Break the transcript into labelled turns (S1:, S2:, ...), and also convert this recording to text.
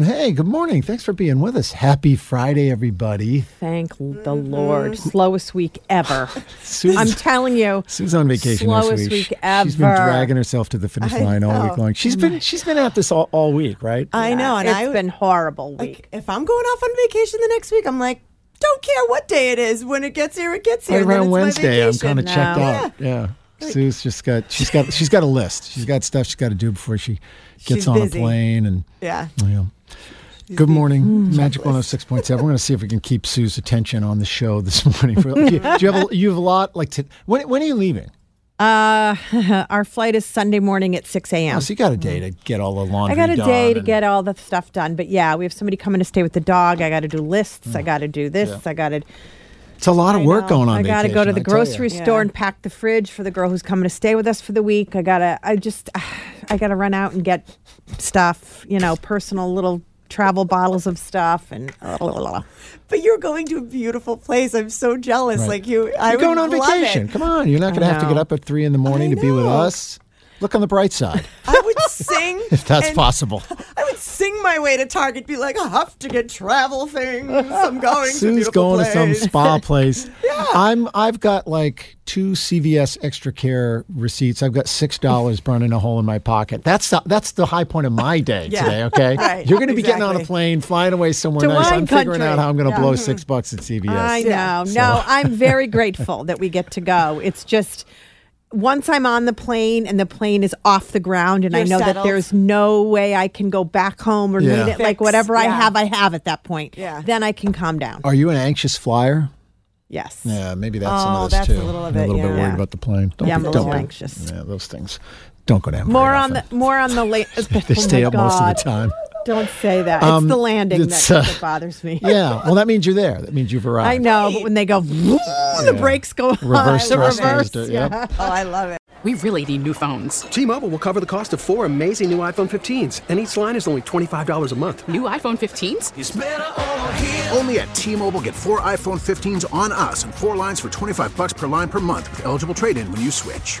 S1: Hey, good morning. Thanks for being with us. Happy Friday, everybody.
S2: Thank l- the Lord. Slowest week ever.
S1: Sue's,
S2: I'm telling you.
S1: Sue's on vacation
S2: Slowest
S1: this week.
S2: week
S1: She's been
S2: ever.
S1: dragging herself to the finish
S3: I
S1: line all
S3: know.
S1: week long. She's been she's been at this all, all week, right?
S3: I know, and
S2: It's
S3: I
S2: been horrible week.
S3: like if I'm going off on vacation the next week, I'm like, don't care what day it is. When it gets here, it gets here.
S1: Right
S3: and then
S1: around
S3: it's my
S1: Wednesday, I'm
S3: vacation.
S1: kind of checked
S2: now.
S1: out. Yeah. Sue's just got she's got she's got a list. She's got stuff she's got to do before she gets
S3: She's
S1: on
S3: busy.
S1: a plane and
S3: Yeah.
S1: Oh, Yeah. Good morning, Magic 106.7. We're going to see if we can keep Sue's attention on the show this morning. For, do, you, do you have a, you have a lot like to, when when are you leaving?
S2: Uh, our flight is Sunday morning at 6 a.m.
S1: Oh, so you got a day to get all the laundry.
S2: I got a
S1: done
S2: day to
S1: and-
S2: get all the stuff done. But yeah, we have somebody coming to stay with the dog. I got to do lists. I got to do this. I got to.
S1: It's a lot of work going on.
S2: I got to go
S1: vacation,
S2: to the
S1: I tell ya.
S2: grocery store and pack the fridge for the girl who's coming to stay with us for the week. I got to. I just. I got to run out and get stuff. You know, personal little travel bottles of stuff and.
S3: But you're going to a beautiful place. I'm so jealous.
S1: Right.
S3: Like you, I
S1: You're going
S3: would
S1: on
S3: love
S1: vacation.
S3: It.
S1: Come on, you're not going to have to get
S2: know.
S1: up at three in the morning to be with
S3: know.
S1: us. Look on the bright side,
S3: I would sing.
S1: if that's
S3: and
S1: possible.
S3: I would sing my way to Target. Be like, I have to get travel things. I'm going to
S1: Sue's
S3: beautiful
S1: going
S3: place.
S1: to some spa place. I'm. I've got like two CVS Extra Care receipts. I've got six dollars burning a hole in my pocket. That's the, that's the high point of my day
S3: Yeah.
S1: today. Okay,
S3: Right,
S1: you're going to be getting on a
S3: exactly.
S1: plane, flying away somewhere
S2: To
S1: nice.
S2: wine
S1: I'm figuring
S2: country.
S1: out how I'm going to
S2: Yeah. Mm-hmm.
S1: blow six bucks at CVS.
S2: I know.
S1: So-
S2: No, I'm very grateful that we get to go. It's just once I'm on the plane and the plane is off the ground and I
S3: You're
S2: know that
S3: settled.
S2: there's no way I can go back home or
S1: Yeah.
S2: need it, like
S3: Fix,
S2: whatever I
S3: yeah.
S2: have, I have at that point.
S3: Yeah.
S2: Then I can calm down.
S1: Are you an anxious flyer?
S2: Yes.
S1: Yeah, maybe that's some
S3: Oh,
S1: of this
S3: that's
S1: too.
S3: a little of
S1: I'm
S3: it,
S1: a little bit
S3: yeah.
S1: worried about the plane. Don't
S2: Yeah, I'm
S1: be,
S2: a little
S1: don't be-
S2: anxious.
S1: Yeah, those things don't go down. very
S2: More on the
S1: often.
S2: more on the late.
S1: They stay up most of the time.
S2: Don't say that.
S1: Um,
S2: it's the landing
S1: it's,
S2: that,
S1: uh,
S2: that bothers me.
S1: Yeah. Well, that means you're there. That means you've arrived.
S2: I know, but when they go, "Vroom," the brakes go on.
S1: Reverse
S2: the
S1: thrusters
S2: reverse.
S1: do-
S2: yeah.
S1: yep.
S3: Oh, I love it.
S4: We really need new phones.
S5: T-Mobile will cover the cost of four amazing new iPhone 15s, and each line is only $25 a month.
S4: New iPhone 15s?
S6: It's better over here. Only at T-Mobile, get four iPhone 15s on us and four lines for 25 bucks per line per month with eligible trade-in when you switch.